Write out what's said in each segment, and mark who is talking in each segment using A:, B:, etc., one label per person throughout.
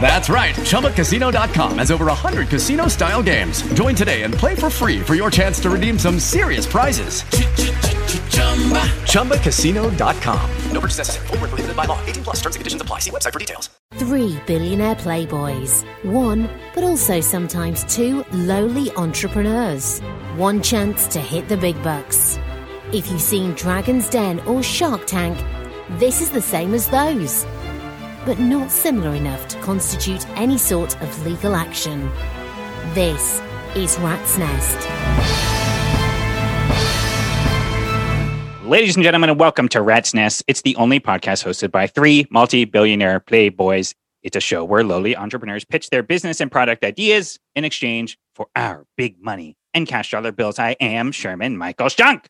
A: That's right. ChumbaCasino.com has over 100 casino style games. Join today and play for free for your chance to redeem some serious prizes. ChumbaCasino.com.
B: No purchase necessary. Void were prohibited by law. 18 plus. Terms and conditions apply. See website for details.
C: Three billionaire playboys, one, but also sometimes two lowly entrepreneurs. One chance to hit the big bucks. If you've seen Dragon's Den or Shark Tank, this is the same as those, but not similar enough to constitute any sort of legal action. This is Rat's Nest.
D: Ladies and gentlemen, and welcome to Rat's Nest. It's the only podcast hosted by three multi-billionaire playboys. It's a show where lowly entrepreneurs pitch their business and product ideas in exchange for our big money and cash dollar bills. I am Sherman Michael Stunk.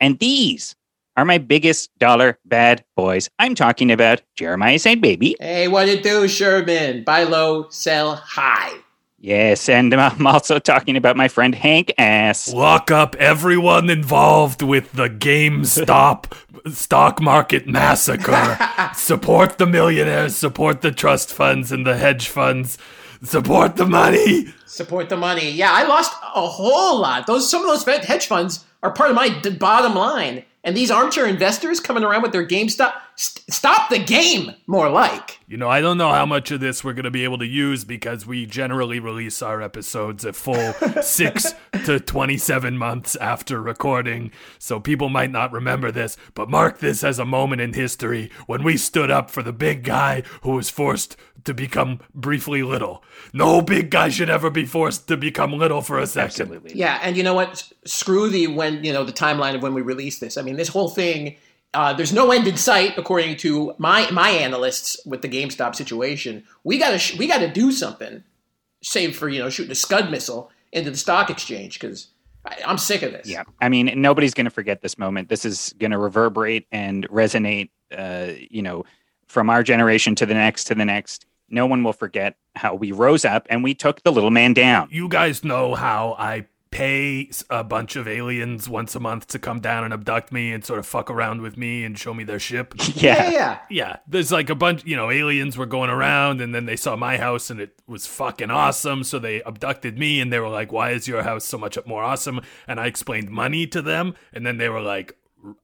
D: And these are my biggest dollar bad boys. I'm talking about Jeremiah Saint Baby.
E: Hey, what it do, Sherman? Buy low, sell high.
D: Yes, and I'm also talking about my friend Hank Ass.
F: Lock up everyone involved with the GameStop stock market massacre. support the millionaires, support the trust funds and the hedge funds, support the money.
E: Support the money. Yeah, I lost a whole lot. Those some of those fed- hedge funds are part of my d- bottom line, and these armchair investors coming around with their GameStop. St- stop the game, more like.
F: You know, I don't know how much of this we're going to be able to use because we generally release our episodes a full 6 to 27 months after recording. So people might not remember this, but mark this as a moment in history when we stood up for the big guy who was forced to become briefly little. No big guy should ever be forced to become little for a second.
D: Absolutely.
E: Yeah, and you know what? S- Screw the when you know the timeline of when we release this. I mean, this whole thing. Uh, there's no end in sight, according to my my analysts with the GameStop situation. We gotta sh- we gotta do something, save for you know shooting a Scud missile into the stock exchange because I'm sick of this.
D: Yeah. I mean, nobody's going to forget this moment. This is going to reverberate and resonate, uh, you know, from our generation to the next to the next. No one will forget how we rose up and we took the little man down.
F: You guys know how I pay s- a bunch of aliens once a month to come down and abduct me and sort of fuck around with me and show me their ship.
D: Yeah.
E: yeah, yeah.
F: yeah, there's like a bunch, you know, aliens were going around and then they saw my house and it was fucking awesome. So they abducted me and they were like, why is your house so much more awesome? And I explained money to them and then they were like,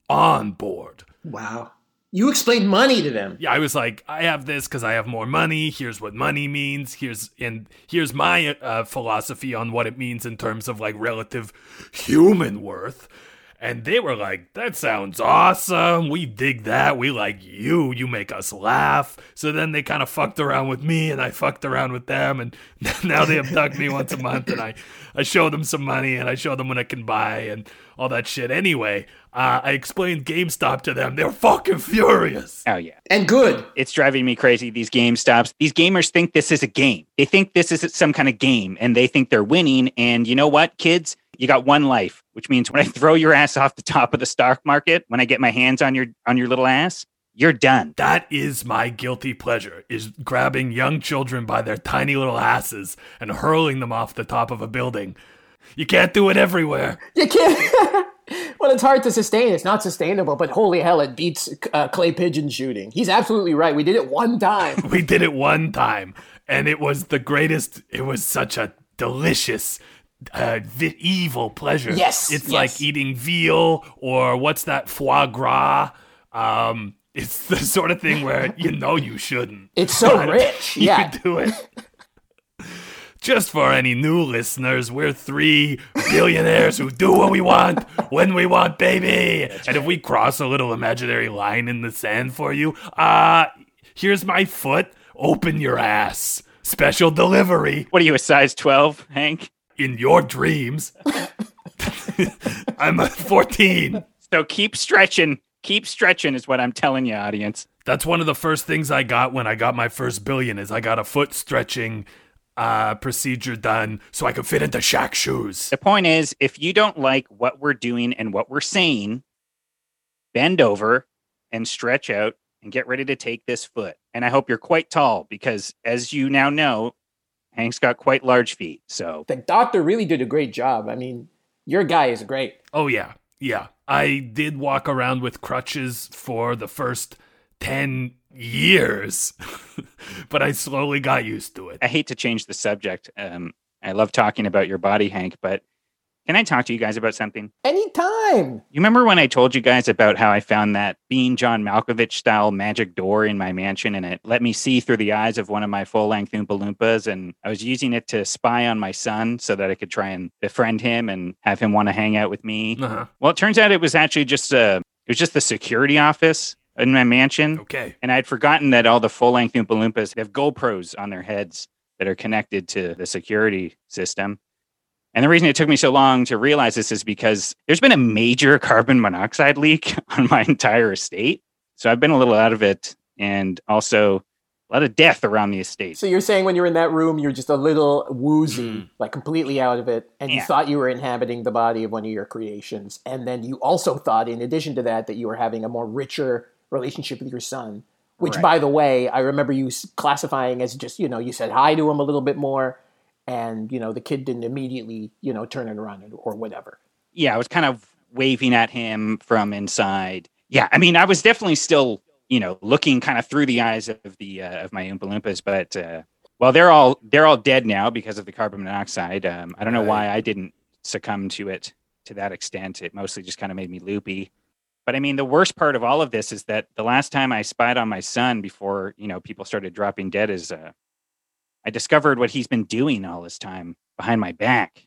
F: on board.
E: Wow. You explained money to them.
F: Yeah, I was like, I have this because I have more money. Here's what money means. Here's and here's my uh, philosophy on what it means in terms of like relative human worth. And they were like, that sounds awesome. We dig that. We like you. You make us laugh. So then they kind of fucked around with me and I fucked around with them. And now they abduct me once a month and I, I show them some money and I show them what I can buy and all that shit. Anyway, uh, I explained GameStop to them. They're fucking furious.
D: Oh, yeah.
E: And good.
D: It's driving me crazy, these game stops. These gamers think this is a game. They think this is some kind of game and they think they're winning. And you know what, kids? You got one life, which means when I throw your ass off the top of the stock market, when I get my hands on your on your little ass, you're done.
F: That is my guilty pleasure is grabbing young children by their tiny little asses and hurling them off the top of a building. You can't do it everywhere.
E: You can't. well, it's hard to sustain. It's not sustainable, but holy hell, it beats uh, clay pigeon shooting. He's absolutely right. We did it one time.
F: We did it one time and it was the greatest it was such a delicious uh, vi- evil pleasure.
E: Yes,
F: It's
E: yes.
F: like eating veal or what's that foie gras? Um it's the sort of thing where you know you shouldn't.
E: It's so
F: but
E: rich.
F: You
E: Yeah.
F: do it. Just for any new listeners, we're three billionaires who do what we want when we want, baby. And if we cross a little imaginary line in the sand for you, uh Here's my foot. Open your ass. Special delivery
D: What are you, a size 12, Hank?
F: in your dreams. I'm a 14.
D: So keep stretching. Keep stretching is what I'm telling you, audience.
F: That's one of the first things I got when I got my first billion is I got a foot stretching uh, procedure done so I could fit into Shaq shoes.
D: The point is, if you don't like what we're doing and what we're saying, bend over and stretch out and get ready to take this foot. And I hope you're quite tall because, as you now know, Hank's got quite large feet. So
E: The doctor really did a great job. I mean, your guy is great.
F: Oh yeah, yeah. I did walk around with crutches for the first ten years, but I slowly got used to it.
D: I hate to change the subject. Um, I love talking about your body, Hank, but can I talk to you guys about something?
E: Anytime.
D: You remember when I told you guys about how I found that Bean John Malkovich style magic door in my mansion and it let me see through the eyes of one of my full length Oompa Loompas? And I was using it to spy on my son so that I could try and befriend him and have him want to hang out with me.
F: Uh-huh.
D: Well, it turns out it was actually just uh, it was just the security office in my mansion.
F: Okay.
D: And I'd forgotten that all the full length Oompa Loompas they have GoPros on their heads that are connected to the security system. And the reason it took me so long to realize this is because there's been a major carbon monoxide leak on my entire estate. So I've been a little out of it and also a lot of death around the estate.
E: So you're saying when you're in that room, you're just a little woozy, like completely out of it, and
D: Mm-hmm. Yeah.
E: you thought you were inhabiting the body of one of your creations, and then you also thought, in addition to that, that you were having a more richer relationship with your son. Which,
D: Right.
E: by the way, I remember you s- classifying as just you know you said hi to him a little bit more, and you know the kid didn't immediately you know turn it around or- or whatever.
D: yeah, I was kind of waving at him from inside. Yeah, I mean, I was definitely still, you know, looking kind of through the eyes of the uh, of my Oompa Loompas, but uh, well, they're all they're all dead now because of the carbon monoxide. Um, I don't know why I didn't succumb to it to that extent. It mostly just kind of made me loopy. But I mean, the worst part of all of this is that the last time I spied on my son before you know people started dropping dead is uh, I discovered what he's been doing all this time behind my back.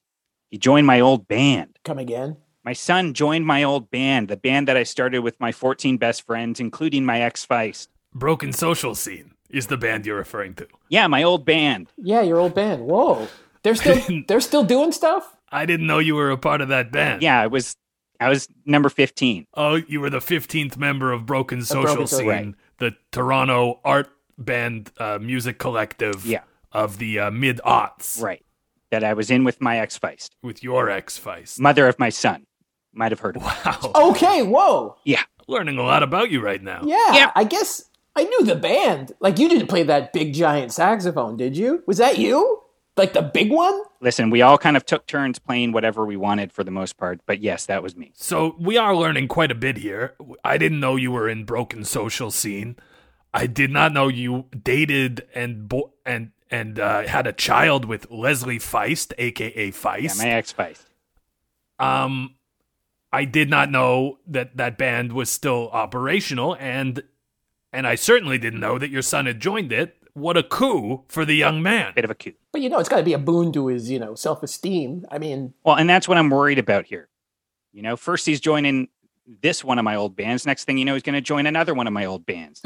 D: He joined my old band
E: Come again?
D: my son joined my old band, the band that I started with my 14 best friends, including my ex Feist.
F: Broken Social Scene is the band you're referring to.
D: Yeah, my old band.
E: Yeah, your old band. Whoa, they're still they're still doing stuff.
F: I didn't know you were a part of that band.
D: Yeah, I was I was number 15.
F: Oh, you were the 15th member of Broken Social
E: Broken Social-
F: Scene,
D: Right.
F: the Toronto art band uh, music collective
D: Yeah.
F: of the uh, mid aughts
D: Right. That I was in with my ex Feist,
F: with your ex Feist.
D: mother of my son. Might have heard of her.
F: Wow.
E: Okay, whoa.
D: Yeah.
F: Learning a lot about you right now.
E: Yeah,
D: Yeah.
E: I guess I knew the band. Like you didn't play that big giant saxophone, did you? Was that you? Like the big one?
D: Listen, we all kind of took turns playing whatever we wanted for the most part, but yes, that was me.
F: So we are learning quite a bit here. I didn't know you were in broken social scene. I did not know you dated and bo- and and uh, had a child with Leslie Feist, aka
D: Yeah,
F: Feist.
D: my ex Feist.
F: um, I did not know that that band was still operational, and and I certainly didn't know that your son had joined it. What a coup for the young man!
D: Bit of a coup.
E: But you know, it's got to be a boon to his, you know, self esteem. I mean,
D: Well, and that's what I'm worried about here. You know, first he's joining this one of my old bands. Next thing you know, he's going to join another one of my old bands.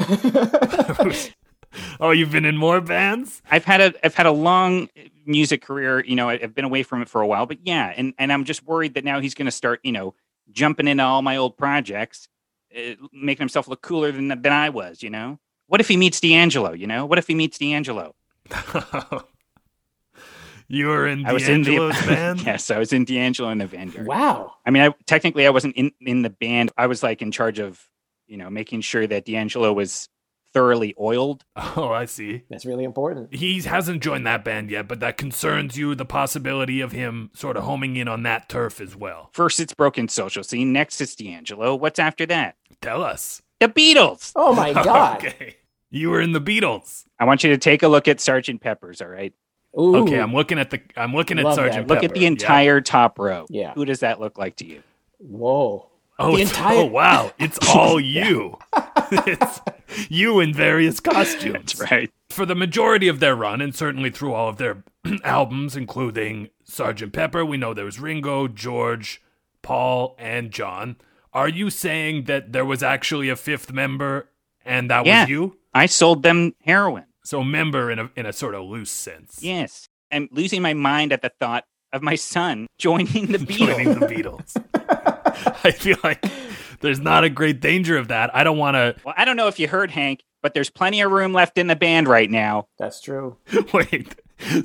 F: oh, you've been in more bands.
D: I've had a I've had a long music career. You know, I- I've been away from it for a while, but yeah, and and I'm just worried that now he's going to start, you know, jumping into all my old projects, uh, making himself look cooler than than I was. You know, what if he meets D'Angelo? You know, what if he meets D'Angelo?
F: you were in
D: I was in the
F: D'Angelo's band.
D: yes, I was in D'Angelo in the Vanguard.
E: wow.
D: I mean, I technically I wasn't in in the band. I was like in charge of, you know, making sure that D'Angelo was thoroughly oiled.
F: Oh, I see.
E: That's really important.
F: He hasn't joined that band yet, but that concerns you the possibility of him sort of homing in on that turf as well.
D: First, it's broken social scene. Next, it's D'Angelo. What's after that?
F: Tell us.
D: The Beatles.
E: Oh my God.
F: Okay. You were in the Beatles.
D: I want you to take a look at Sergeant Pepper's. All right,
E: Ooh.
F: Okay, I'm looking at the I'm looking at
E: Love that.
F: Sergeant
D: look at
F: Pepper.
D: the entire top row.
E: Yeah.
D: who does that look like to you?
E: Whoa.
F: Yeah. Oh,
E: the
F: it's-
E: entire-
F: oh, wow. It's all you. it's you in various costumes.
D: Right.
F: for the majority of their run, and certainly through all of their albums, including Sgt. Pepper, we know there was Ringo, George, Paul, and John. Are you saying that there was actually a fifth member and that
D: Yeah.
F: was you?
D: I sold them heroin.
F: So member in a in a sort of loose sense.
D: Yes. I'm losing my mind at the thought of my son joining the Beatles.
F: Joining the Beatles. I feel like there's not a great danger of that. I don't want to
D: well, I don't know if you heard Hank, but there's plenty of room left in the band right now.
E: That's true.
F: Wait,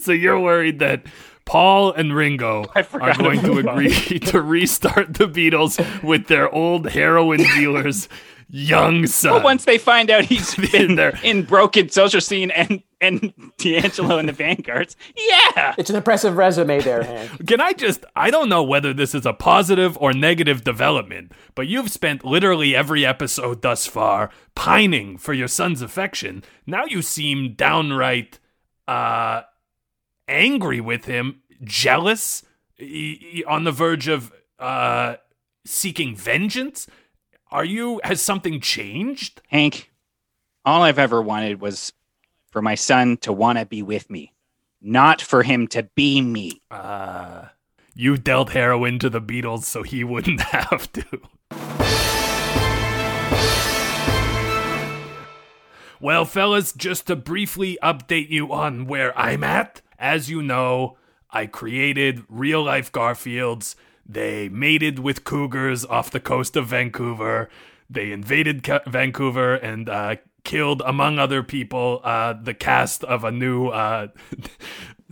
F: so you're worried that Paul and Ringo are
D: forgot
F: going to
D: about
F: agree to restart the Beatles with their old heroin dealer's young son?
D: But once they find out he's been
F: there.
D: there in broken social scene and and D'Angelo and the Vanguards, yeah,
E: It's an impressive resume there, Hank.
F: Can I just, I don't know whether this is a positive or negative development, but you've spent literally every episode thus far pining for your son's affection. Now you seem downright uh, angry with him, jealous, e- e- on the verge of uh, seeking vengeance. Are you, has something changed?
D: Hank. All I've ever wanted was for my son to want to be with me, not for him to be me.
F: Uh, you dealt heroin to the Beatles so he wouldn't have to. Well, fellas, just to briefly update you on where I'm at, as you know, I created real life Garfields. They mated with cougars off the coast of Vancouver. They invaded Ca- Vancouver and uh, killed, among other people, uh, the cast of a new uh,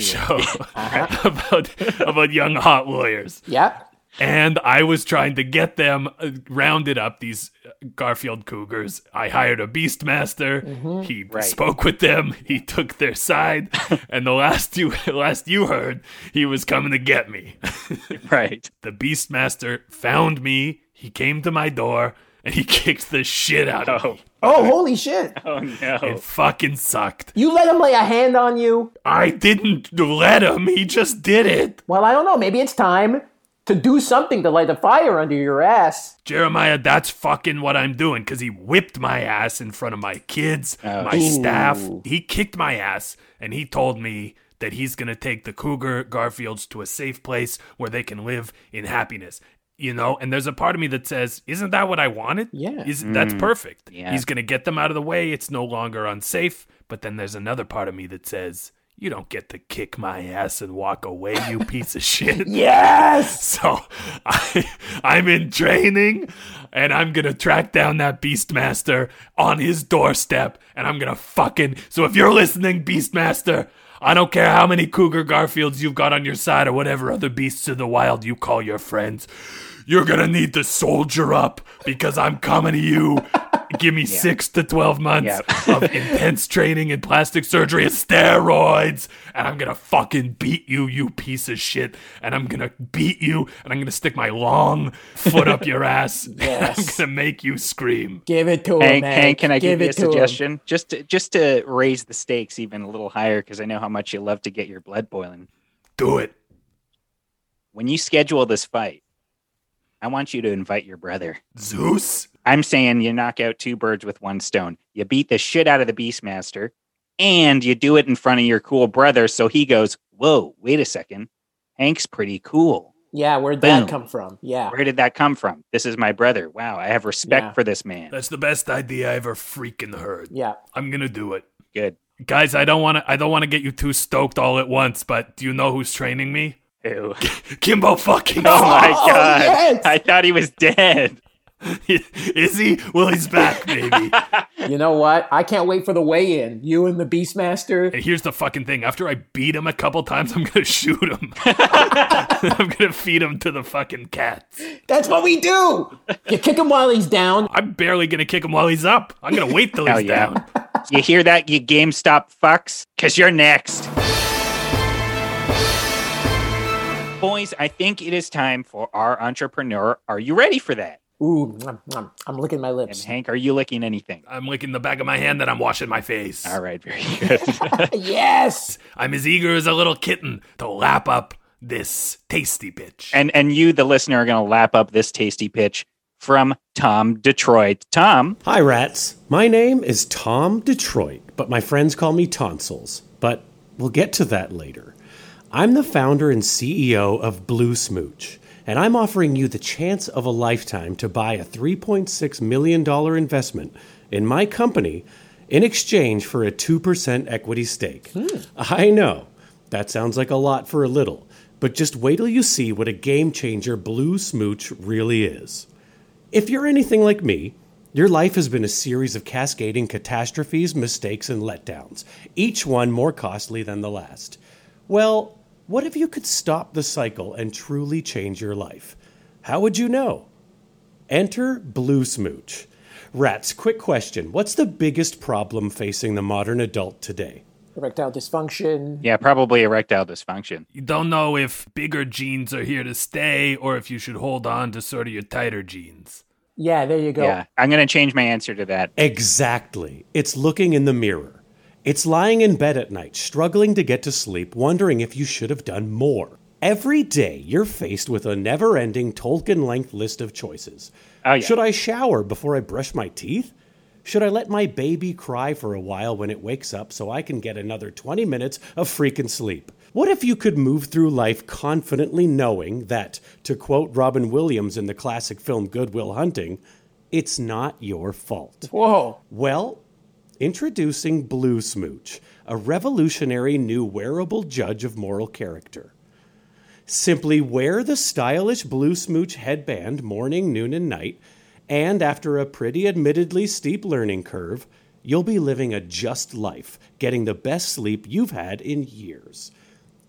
E: CW.
F: show about about young hot lawyers
E: Yep.
F: and I was trying to get them uh, rounded up. These uh, Garfield Cougars. I hired a Beastmaster.
D: Mm-hmm.
F: He spoke with them. He took their side, and the last you last you heard, he was coming to get me.
D: Right.
F: the Beastmaster found me. He came to my door and he kicked the shit out of me.
E: Oh, holy shit!
D: Oh no.
F: It fucking sucked.
E: You let him lay a hand on you.
F: I didn't let him. He just did it.
E: Well, I don't know. Maybe it's time to do something to light a fire under your ass.
F: Jeremiah, that's fucking what I'm doing because he whipped my ass in front of my kids, my staff. He kicked my ass and he told me that he's going to take the Cougar Garfields to a safe place where they can live in happiness. You know, and there's a part of me that says, isn't that what I wanted?
E: Yeah.
F: Is, That's perfect.
D: yeah.
F: He's going to get them out of the way. It's no longer unsafe. But then there's another part of me that says, you don't get to kick my ass and walk away, you piece of shit.
E: Yes.
F: So I, I'm in training and I'm going to track down that Beastmaster on his doorstep and I'm going to fucking. So if you're listening, Beastmaster, I don't care how many Cougar Garfields you've got on your side or whatever other beasts of the wild you call your friends, you're going to need to soldier up because I'm coming to you. Give me six to 12 months of intense training and plastic surgery and steroids, and I'm gonna fucking beat you, you piece of shit. And I'm gonna beat you, and I'm gonna stick my long foot up your ass, and I'm
E: Yes.
F: gonna make you scream.
E: Give it to
D: Hank,
E: him.
D: Hank, can I give, you a
E: it to him.
D: suggestion? Just to, just to raise the stakes even a little higher, because I know how much you love to get your blood boiling.
F: Do it.
D: When you schedule this fight, I want you to invite your brother.
F: Zeus?
D: I'm saying you knock out two birds with one stone. You beat the shit out of the Beastmaster, and you do it in front of your cool brother, so he goes, "Whoa, wait a second, Hank's pretty cool.
E: Yeah, where'd that
D: Boom.
E: come from? Yeah.
D: Where did that come from? This is my brother. Wow, I have respect
E: Yeah.
D: for this man.
F: That's the best idea I ever freaking heard.
E: Yeah.
F: I'm gonna do it.
D: Good.
F: Guys, I don't wanna I don't wanna get you too stoked all at once, but do you know who's training me?
D: Ew.
F: Kimbo fucking
D: Oh my
E: Oh,
D: god!
E: yes!
D: I thought he was dead.
F: Is he? Well he's back, baby.
E: You know what? I can't wait for the weigh-in. You and the Beastmaster.
F: And here's the fucking thing. After I beat him a couple times, I'm gonna shoot him. I'm gonna feed him to the fucking cats.
E: That's what we do. You kick him while he's down.
F: I'm barely gonna kick him while he's up. I'm gonna wait till
D: Hell
F: he's
D: Oh, yeah.
F: down.
D: You hear that, you GameStop fucks? Because you're next. Boys, I think it is time for our entrepreneur. Are you ready for that?
E: Ooh, nom, nom. I'm licking my
D: And
E: lips.
D: Hank, are you licking anything?
F: I'm licking the back of my hand that I'm washing my face.
D: All right, very good.
E: Yes.
F: I'm as eager as a little kitten to lap up this tasty bitch.
D: and and you, the listener, are going to lap up this tasty pitch from Tom Detroit. Tom,
G: Hi, rats. My name is Tom Detroit, but my friends call me Tonsils. But we'll get to that later. I'm the founder and CEO of Blue Smooch, and I'm offering you the chance of a lifetime to buy a $3.6 million investment in my company in exchange for a 2% equity stake. I know, that sounds like a lot for a little, but just wait till you see what a game changer Blue Smooch really is. If you're anything like me, your life has been a series of cascading catastrophes, mistakes, and letdowns, each one more costly than the last. Well, what if you could stop the cycle and truly change your life? How would you know? Enter Blue Smooch. Rats, quick question. What's the biggest problem facing the modern adult today?
E: Erectile dysfunction.
D: Yeah, probably erectile dysfunction.
F: You don't know if bigger jeans are here to stay or if you should hold on to sort of your tighter jeans.
E: Yeah, there you go.
D: Yeah, I'm gonna change my answer to that.
G: Exactly. It's looking in the mirror. It's lying in bed at night, struggling to get to sleep, wondering if you should have done more. Every day, you're faced with a never ending Tolkien length list of choices.
D: Oh, yeah.
G: Should I shower before I brush my teeth? Should I let my baby cry for a while when it wakes up so I can get another 20 minutes of freaking sleep? What if you could move through life confidently knowing that, to quote Robin Williams in the classic film Goodwill Hunting, it's not your fault?
E: Whoa.
G: Well, introducing Blue Smooch, a revolutionary new wearable judge of moral character. Simply wear the stylish Blue Smooch headband morning, noon, and night, and after a pretty admittedly steep learning curve, you'll be living a just life, getting the best sleep you've had in years.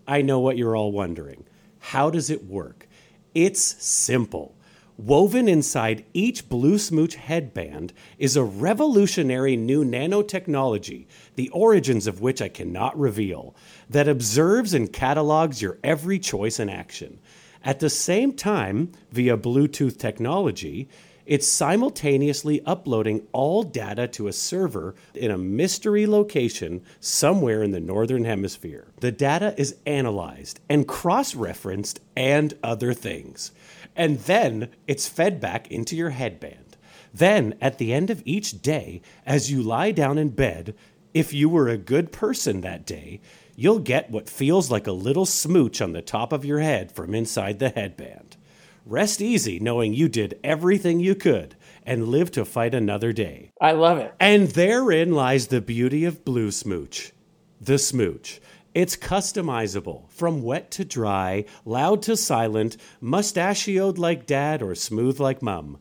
G: I know what you're all wondering. How does it work? It's simple. Woven inside each Blue Smooch headband is a revolutionary new nanotechnology, the origins of which I cannot reveal, that observes and catalogs your every choice and action. At the same time, via Bluetooth technology, it's simultaneously uploading all data to a server in a mystery location somewhere in the Northern Hemisphere. The data is analyzed and cross referenced and other things. And then it's fed back into your headband. Then, at the end of each day, as you lie down in bed, if you were a good person that day, you'll get what feels like a little smooch on the top of your head from inside the headband. Rest easy knowing you did everything you could and live to fight another day.
E: I love it.
G: And therein lies the beauty of Blue Smooch. The Smooch. It's customizable from wet to dry, loud to silent, mustachioed like dad or smooth like mum.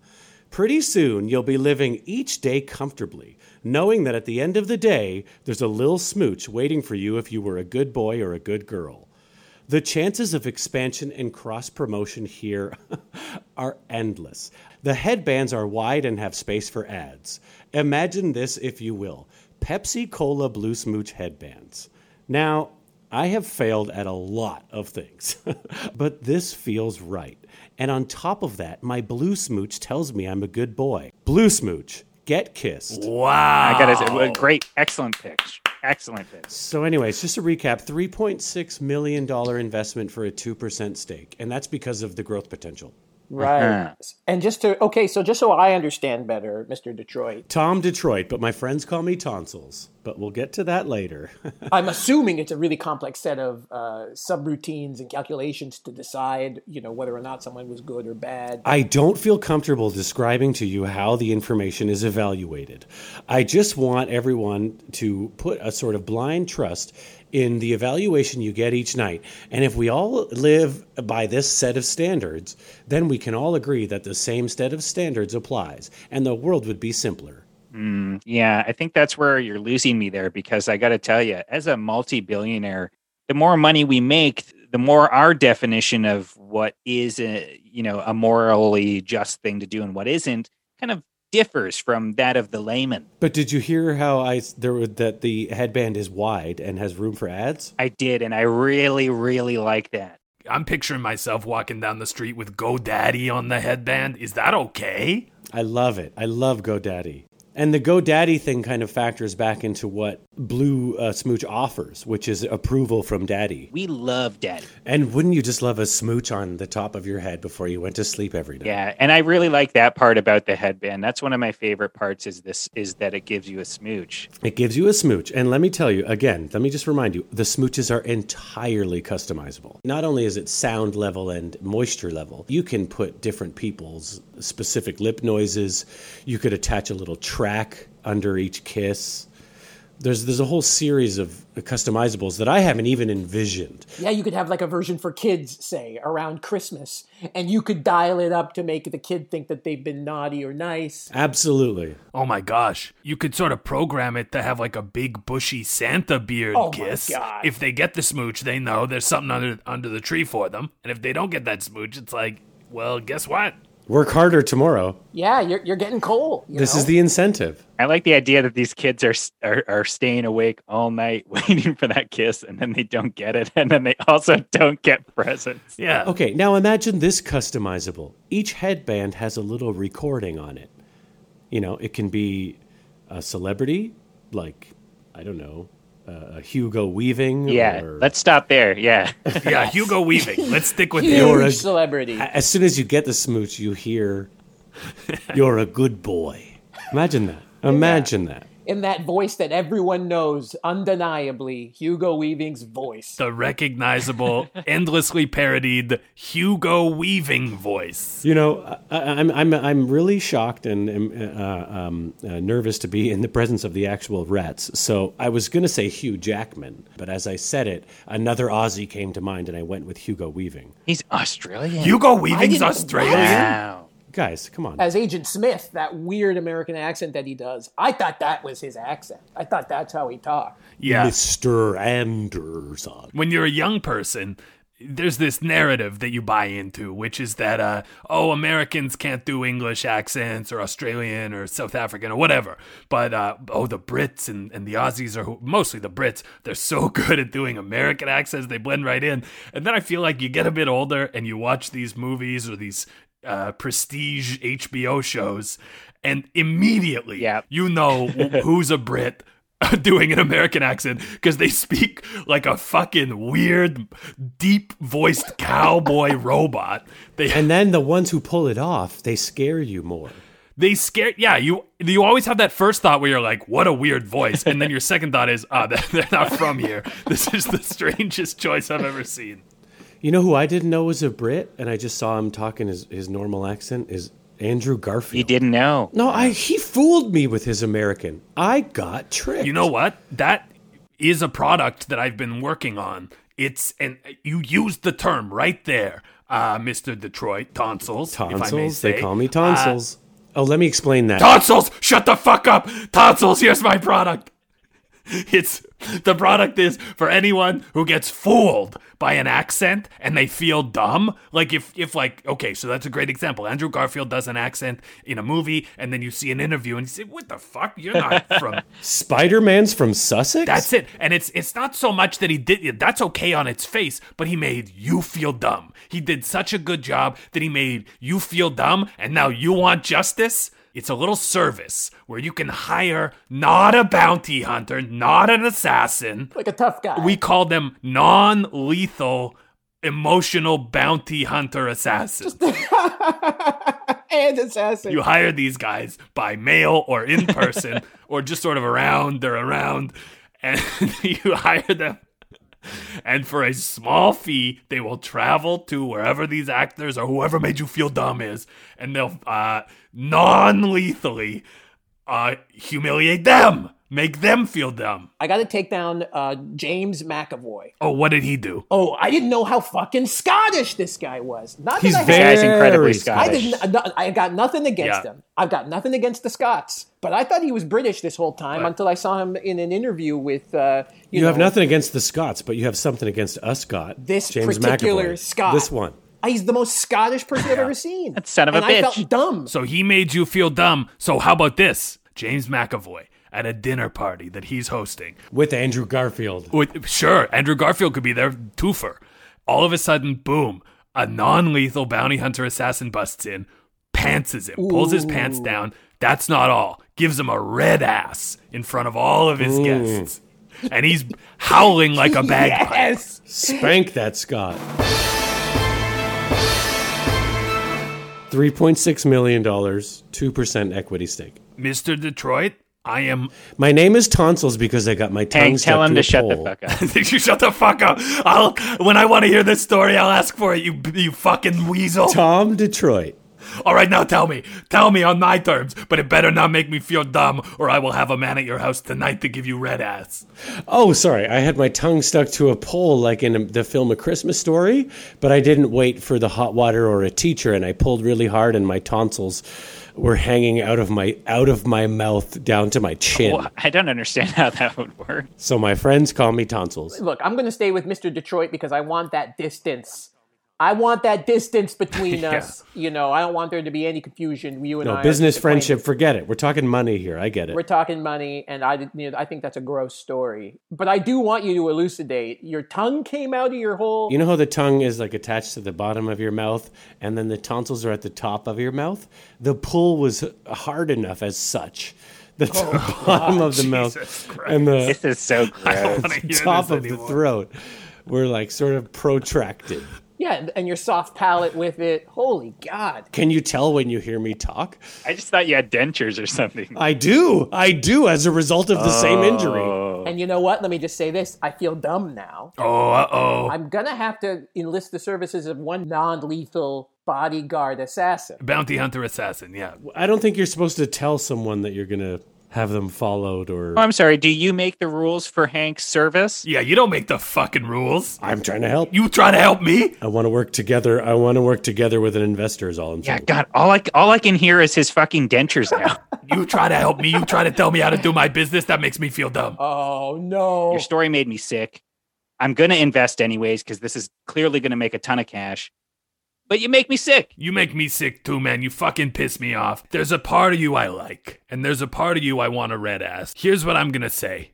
G: Pretty soon, you'll be living each day comfortably, knowing that at the end of the day, there's a little smooch waiting for you if you were a good boy or a good girl. The chances of expansion and cross promotion here are endless. The headbands are wide and have space for ads. Imagine this, if you will Pepsi Cola Blue Smooch headbands. Now, I have failed at a lot of things, but this feels right. And on top of that, my Blue Smooch tells me I'm a good boy. Blue Smooch, get kissed.
F: Wow.
D: I gotta say, great, excellent pitch, excellent pitch.
G: So, anyways, just to recap, three point six million dollar investment for a two percent stake, and that's because of the growth potential.
E: Right.
D: Uh-huh.
E: And just to okay, so just so I understand better, Mr. Detroit,
G: Tom Detroit, but my friends call me tonsils. But we'll get to that later.
E: I'm assuming it's a really complex set of uh, subroutines and calculations to decide, you know, whether or not someone was good or bad.
G: I don't feel comfortable describing to you how the information is evaluated. I just want everyone to put a sort of blind trust in the evaluation you get each night. And if we all live by this set of standards, then we can all agree that the same set of standards applies and the world would be simpler.
D: Yeah, I think that's where you're losing me there because I got to tell you, as a multi billionaire, the more money we make, the more our definition of what is a, you know, a morally just thing to do and what isn't kind of differs from that of the layman.
G: But did you hear how I s- there were- that the headband is wide and has room for ads?
D: I did, and I really, really like that.
F: I'm picturing myself walking down the street with GoDaddy on the headband. Is that okay?
G: I love it. I love GoDaddy. And the GoDaddy thing kind of factors back into what Blue uh, Smooch offers, which is approval from daddy.
D: We love daddy.
G: And wouldn't you just love a smooch on the top of your head before you went to sleep every night?
D: Yeah, and I really like that part about the headband. That's one of my favorite parts. Is this is that it gives you a smooch.
G: It gives you a smooch. And let me tell you again, let me just remind you the smooches are entirely customizable. Not only is it sound level and moisture level, you can put different people's specific lip noises. You could attach a little track under each kiss. There's there's a whole series of customizables that I haven't even envisioned.
H: Yeah, you could have like a version for kids, say, around Christmas, and you could dial it up to make the kid think that they've been naughty or nice.
G: Absolutely.
F: Oh my gosh. You could sort of program it to have like a big bushy Santa beard
H: Oh my
F: kiss.
H: God.
F: If they get the smooch, they know there's something under under the tree for them. And if they don't get that smooch, it's like, well, guess what?
G: Work harder tomorrow.
H: Yeah, you're, you're getting cold. you
G: This
H: know?
G: is the incentive.
D: I like the idea that these kids are, s- are are staying awake all night waiting for that kiss, and then they don't get it, and then they also don't get presents.
F: Yeah.
G: Okay, now imagine this customizable. Each headband has a little recording on it. You know, it can be a celebrity, like, I don't know, uh, Hugo Weaving.
D: Yeah,
G: or-
D: let's stop there. Yeah,
F: Yeah, Hugo Weaving. Let's stick with
H: huge
F: you.
G: You're a-
H: celebrity.
G: A- As soon as you get the smooch, you hear, You're a good boy. Imagine that. Imagine that.
H: in that voice that everyone knows undeniably Hugo Weaving's voice.
F: The recognizable, endlessly parodied Hugo Weaving voice.
G: You know, I, I- I'm I'm I'm really shocked and am, uh, um, uh, nervous to be in the presence of the actual rats. So I was going to say Hugh Jackman, but as I said it, another Aussie came to mind, and I went with Hugo Weaving.
D: he's Australian.
F: Hugo Weaving's
H: didn't-
F: Australian.
D: wow.
G: Guys, come on.
H: As Agent Smith, that weird American accent that he does, I thought that was his accent. I thought that's how he talked.
F: Yeah.
G: Mr. Anderson.
F: when you're a young person, there's this narrative that you buy into, which is that, uh, oh, Americans can't do English accents or Australian or South African or whatever. But, uh, oh, the Brits and, and the Aussies are who, mostly the Brits. They're so good at doing American accents, they blend right in. And then I feel like you get a bit older and you watch these movies or these uh, prestige HBO shows, and immediately
D: Yep.
F: you know who's a Brit doing an American accent because they speak like a fucking weird, deep voiced cowboy robot. They
G: And then the ones who pull it off, they scare you more.
F: they scare. Yeah, you you always have that first thought where you're like, "What a weird voice," and then your second thought is, "Ah, they're, they're not from here. This is the strangest choice I've ever seen."
G: You know who I didn't know was a Brit, and I just saw him talking his, his normal accent is Andrew Garfield.
D: You didn't know.
G: No, I he fooled me with his American. I got tricked.
F: You know what? That is a product that I've been working on. It's and you used the term right there, uh, Mister Detroit tonsils. if I may
G: tonsils.
F: say. uh,
G: They call me tonsils. oh, let me explain that.
F: Tonsils, shut the fuck up. Tonsils, here's my product. It's the product is for anyone who gets fooled by an accent and they feel dumb. Like if if like okay, so that's a great example. Andrew Garfield does an accent in a movie and then you see an interview and you say, "What the fuck? You're not from
G: Spider Man's from Sussex.
F: That's it. And it's it's not so much that he did that's okay on its face, but he made you feel dumb. He did such a good job that he made you feel dumb and now you want justice? It's a little service where you can hire not a bounty hunter, not an assassin.
H: Like a tough guy.
F: We call them non-lethal emotional bounty hunter assassins.
H: and assassin.
F: You hire these guys by mail or in person or just sort of around, they're around, and you hire them. And for a small fee, they will travel to wherever these actors or whoever made you feel dumb is, and they'll uh, non lethally uh, humiliate them, make them feel dumb.
H: I got to take down uh, James McAvoy.
F: Oh, what did he do?
H: Oh, I didn't know how fucking Scottish this guy was. Not
G: He's
H: that I
D: This
G: very-
H: had-
D: guy's incredibly
H: I
D: Scottish.
H: didn't. no- I got nothing against
F: Yeah.
H: him. I've got nothing against the Scots, but I thought he was British this whole time until I saw him in an interview with. Uh, you
G: You have
H: know,
G: nothing against the Scots, but you have something against us, Scott.
H: This
G: James
H: particular
G: McAvoy.
H: Scott.
G: This one.
E: Uh,
H: He's the most Scottish person I've ever seen. That
D: son of a
H: and I
D: bitch.
H: felt dumb.
F: So he made you feel dumb. So how about this? James McAvoy at a dinner party that he's hosting.
G: With Andrew Garfield.
F: With, sure, Andrew Garfield could be there, twofer. All of a sudden, boom, a non lethal bounty hunter assassin busts in, pantses him, pulls his pants down. That's not all. Gives him a red ass in front of all of his guests. And he's howling like a bagpipe.
H: yes.
G: Spank that Scott. Three point six million dollars, two percent equity stake.
F: Mr. Detroit, I am.
G: My name is Tonsils because I got my tongue
D: Hank,
G: stuck
D: tell him
G: to
D: to
G: a
D: shut the
G: pole.
D: fuck up.
F: you shut the fuck up. I'll, when I want to hear this story, I'll ask for it, you, you fucking weasel.
G: Tom Detroit
F: All right, now tell me. Tell me on my terms, but it better not make me feel dumb, or I will have a man at your house tonight to give you red ass.
G: Oh, sorry. I had my tongue stuck to a pole like in the film A Christmas Story, but I didn't wait for the hot water or a teacher and I pulled really hard and my tonsils were hanging out of my out of my mouth down to my chin.
D: Well, I don't understand how that would work.
G: So my friends call me tonsils.
E: Look, I'm going to stay with Mr. Detroit because I want that distance. I want that distance between
F: Yeah.
E: us. You know, I don't want there to be any confusion. You and I
G: No,
E: are
G: business
E: acquainted.
G: friendship, forget it. We're talking money here. I get
E: We're
G: it.
E: talking money, and I did, you know, I think that's a gross story. But I do want you to elucidate. Your tongue came out of your hole.
G: You know how the tongue is like attached to the bottom of your mouth and then the tonsils are at the top of your mouth? The pull was hard enough as such. that The bottom of the
F: Jesus
G: mouth
F: Christ.
G: and the
D: This is so gross.
F: wanna hear
G: top
F: this
G: of the
F: anymore.
G: throat were like sort of protracted.
E: yeah, and- and your soft palate with it. Holy God!
G: Can you tell when you hear me talk?
D: I just thought you had dentures or something.
G: I do. I do as a result of the same injury.
E: And you know what? Let me just say this. I feel dumb now.
F: Oh, uh oh.
E: I'm gonna have to enlist the services of one non-lethal bodyguard assassin.
F: Bounty hunter assassin, yeah.
G: I don't think you're supposed to tell someone that you're going to have them followed or
D: Oh, I'm sorry. Do you make the rules for Hank's service?
F: Yeah, you don't make the fucking rules.
G: I'm trying to help.
F: You try to help me?
G: I want to work together. I want to work together with an investor is all I'm
D: Yeah,
G: saying.
D: God, all I all I can hear is his fucking dentures now.
F: You try to help me. You try to tell me how to do my business. That makes me feel dumb.
G: Uh,
E: Oh no!
D: Your story made me sick. I'm gonna invest anyways because this is clearly gonna make a ton of cash. But you make me sick.
F: You make me sick too, man. You fucking piss me off. There's a part of you I like, and there's a part of you I want a red ass. Here's what I'm gonna say.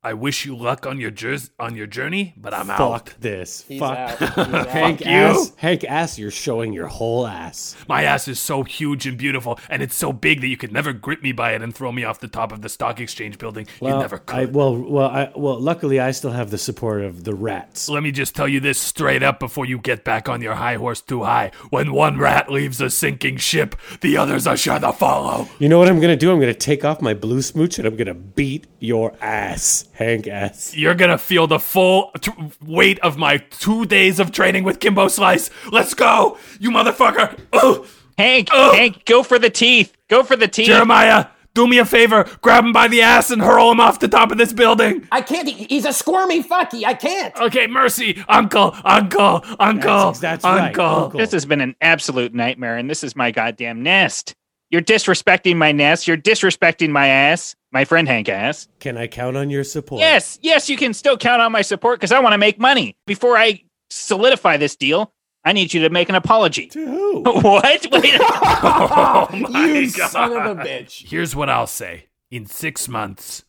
F: I wish you luck on your jours- on your journey, but I'm out.
G: Fuck this.
E: He's
G: Fuck.
E: out. He's out.
G: Hank
F: you.
G: ass. Hank ass, you're showing your whole ass.
F: My ass is so huge and beautiful, and it's so big that you could never grip me by it and throw me off the top of the stock exchange building. you never could.
G: I, well, well, I, well. Luckily, I still have the support of the rats.
F: Let me just tell you this straight up before you get back on your high horse too high. When one rat leaves a sinking ship, the others are sure to follow.
G: You know what I'm gonna do? I'm gonna take off my blue smooch and I'm gonna beat your ass, Hank ass.
F: You're gonna feel the full t- weight of my two days of training with Kimbo Slice. Let's go, you motherfucker! Oh,
D: Hank,
F: Ugh.
D: Hank, go for the teeth. Go for the teeth.
F: Jeremiah, do me a favor, grab him by the ass and hurl him off the top of this building.
E: I can't. he- He's a squirmy fucky. I can't.
F: Okay, mercy, uncle, uncle, uncle,
G: That's- that's right,
F: uncle.
G: uncle.
D: This has been an absolute nightmare, and this is my goddamn nest. You're disrespecting my nest. You're disrespecting my ass, my friend Hank ass.
G: Can I count on your support?
D: Yes, yes, you can still count on my support because I want to make money. Before I solidify this deal, I need you to make an apology.
G: To who?
D: what? Wait.
E: you son of a bitch.
F: Here's what I'll say. In six months,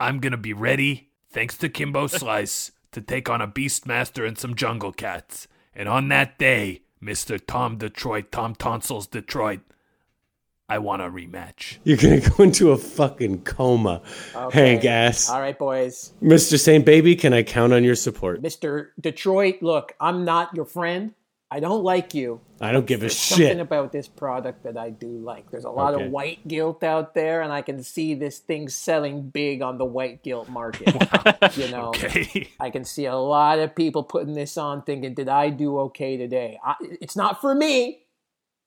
F: I'm gonna be ready, thanks to Kimbo Slice, to take on a Beastmaster and some Jungle Cats. And on that day, Mr. Tom Detroit, Tom Tonsils Detroit, I want a rematch.
G: You're gonna go into a fucking coma, Hank ass.
E: All right, boys.
G: Mr. Saint Baby, can I count on your support?
E: Mr. Detroit, look, I'm not your friend. I don't like you.
G: I don't give a
E: Something
G: shit.
E: about this product that I do like. There's a lot
G: Okay.
E: of white guilt out there, and I can see this thing selling big on the white guilt market. you know,
F: Okay.
E: I can see a lot of people putting this on, thinking, "Did I do okay today?" I, it's not for me,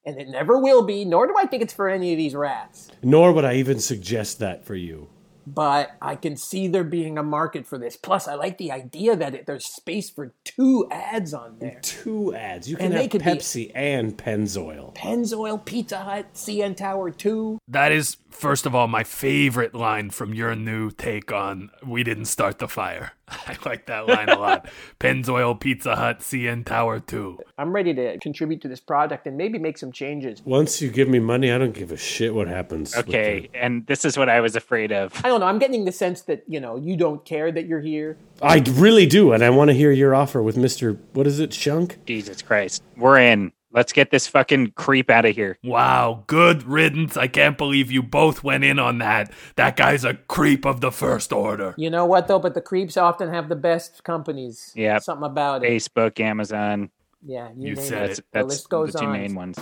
E: and it never will be. Nor do I think it's for any of these rats.
G: Nor would I even suggest that for you.
E: but I can see there being a market for this. Plus, I like the idea that it, there's space for two ads on there.
G: Two ads. You can
E: And they
G: have
E: could be-
G: Pepsi and Pennzoil.
E: Pennzoil, Pizza Hut, CN Tower 2.
F: That is, first of all, my favorite line from your new take on We Didn't Start the Fire. I like that line a lot. Pennzoil, Pizza Hut, CN Tower 2.
E: I'm ready to contribute to this product and maybe make some changes.
G: Once you give me money, I don't give a shit what happens. with
D: okay, and this is what I was afraid of.
E: I don't know. I'm getting the sense that, you know, you don't care that you're here.
G: the- I really do, and I want to hear your offer with Mr. What is it, Shunk?
D: Jesus Christ. We're in. Let's get this fucking creep out of here.
F: Wow, good riddance. I can't believe you both went in on that. That guy's a creep of the first order.
E: You know what, though? But the creeps often have the best companies.
D: Yep.
E: Something about it.
D: Facebook, Amazon.
E: Yeah. You,
F: You
E: name it.
F: said it.
D: That's,
E: The
D: that's
E: list goes
D: the two
E: on.
D: main ones.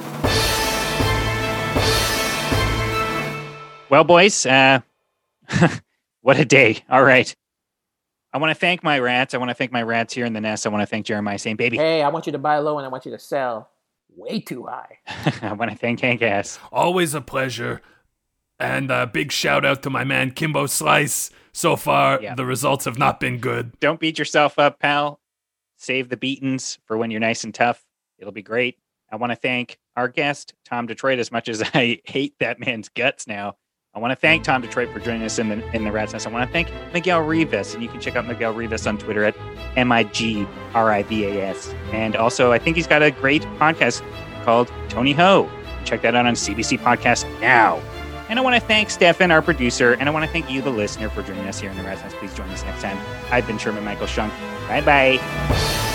D: Well, boys, uh, what a day. All right. I want to thank my rats. I want to thank my rats here in the nest. I want to thank Jeremiah St. Baby.
E: Hey, I want you to buy low and I want you to sell.
H: way too high.
D: I want to thank Hank Ass.
F: Always a pleasure. And a big shout out to my man Kimbo Slice. So far,
D: Yeah.
F: the results have not been good.
D: Don't beat yourself up, pal. Save the beatings for when you're nice and tough. It'll be great. I want to thank our guest, Tom Detroit, as much as I hate that man's guts now. I want to thank Tom Detroit for joining us in the in the Rat's Nest. I want to thank Miguel Rivas, and you can check out Miguel Rivas on Twitter at M I G R I V A S. And also, I think he's got a great podcast called Tony Ho. Check that out on CBC Podcast now. And I want to thank Stefan, our producer, and I want to thank you, the listener, for joining us here in the Rat's Nest. Please join us next time. I've been Sherman Michael Shunk. Bye bye.